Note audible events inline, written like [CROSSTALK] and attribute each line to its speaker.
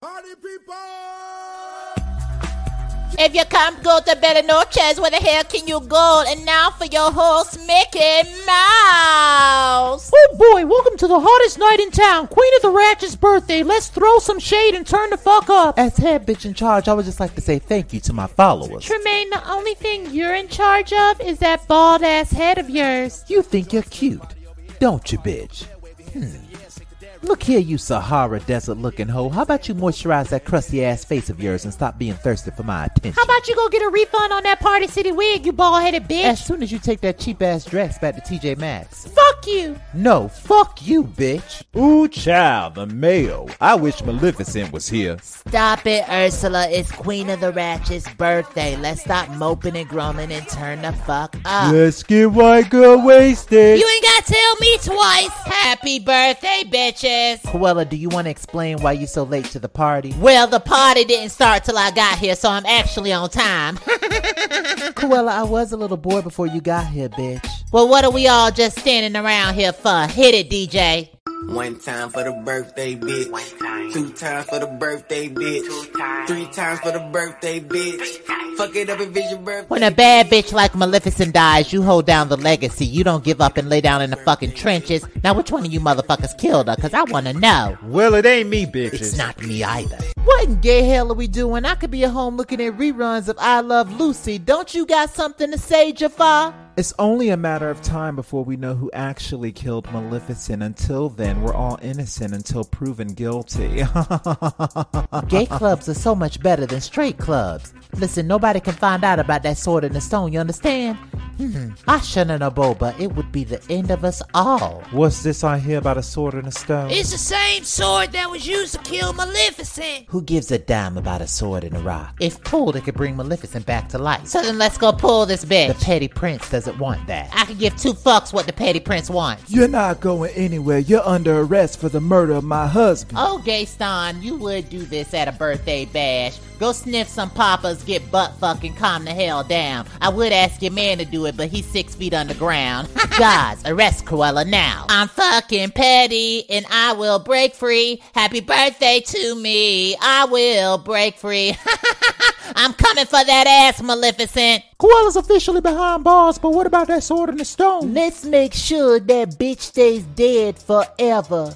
Speaker 1: Party people!
Speaker 2: If you can't go to Bellinoches, where the hell can you go? And now for your host, Mickey Mouse.
Speaker 3: Oh boy, welcome to the hottest night in town, Queen of the Ratchet's birthday. Let's throw some shade and turn the fuck up.
Speaker 4: As head bitch in charge, I would just like to say thank you to my followers.
Speaker 3: Tremaine, the only thing you're in charge of is that bald ass head of yours.
Speaker 4: You think you're cute, don't you, bitch? Hmm. Look here, you Sahara desert looking hoe. How about you moisturize that crusty ass face of yours and stop being thirsty for my attention?
Speaker 3: How about you go get a refund on that Party City wig, you bald headed bitch?
Speaker 4: as soon as you take that cheap ass dress back to TJ Maxx?
Speaker 3: fuck you.
Speaker 4: No, fuck you, bitch. Ooh, child, the mayo. I wish Maleficent was here.
Speaker 2: Stop it, Ursula. It's Queen of the Ratchet's birthday. Let's stop moping and grumbling and turn the fuck up.
Speaker 4: Let's get white girl wasted.
Speaker 2: You ain't got to tell me twice. Happy birthday, bitches.
Speaker 4: Cruella, do you want to explain why you so late to the party?
Speaker 2: Well, the party didn't start till I got here, so I'm actually on time. [LAUGHS]
Speaker 4: Cruella, I was a little bored before you got here, bitch.
Speaker 2: well, what are we all just standing around here for? Hit it, DJ.
Speaker 5: One time for the birthday bitch. Two times for the birthday bitch. Three times for the birthday bitch. Fuck it up and vision birthday.
Speaker 2: When a bad bitch like Maleficent dies, you hold down the legacy. You don't give up and lay down in the fucking trenches. Now, which one of you motherfuckers killed her? Cause I wanna know.
Speaker 6: Well, it ain't me, bitches.
Speaker 2: It's not me either.
Speaker 4: What in gay hell are we doing? I could be at home looking at reruns of I Love Lucy. Don't you got something to say, Jafar? It's only a matter of time before we know who actually killed Maleficent. Until then, we're all innocent until proven guilty. [LAUGHS]
Speaker 2: Gay clubs are so much better than straight clubs. Listen, nobody can find out about that sword in the stone, you understand? Hmm, I shouldn't have boba. It would be the end of us all.
Speaker 4: What's this I hear about a sword and a stone?
Speaker 7: It's the same sword that was used to kill Maleficent.
Speaker 2: Who gives a damn about a sword and a rock? If pulled, it could bring Maleficent back to life. So then let's go pull this bitch. The petty prince doesn't want that. I can give two fucks what the petty prince wants.
Speaker 4: You're not going anywhere. You're under arrest for the murder of my husband.
Speaker 2: Oh, Gaston, you would do this at a birthday bash. Go sniff some poppers, get butt fucking, calm the hell down. I would ask your man to do it, but he's six feet underground. [LAUGHS] Guys, arrest Cruella now. I'm fucking petty and I will break free. Happy birthday to me. I will break free. [LAUGHS] I'm coming for that ass, Maleficent.
Speaker 3: Cruella's officially behind bars, but what about that sword in the stone?
Speaker 2: Let's make sure that bitch stays dead forever.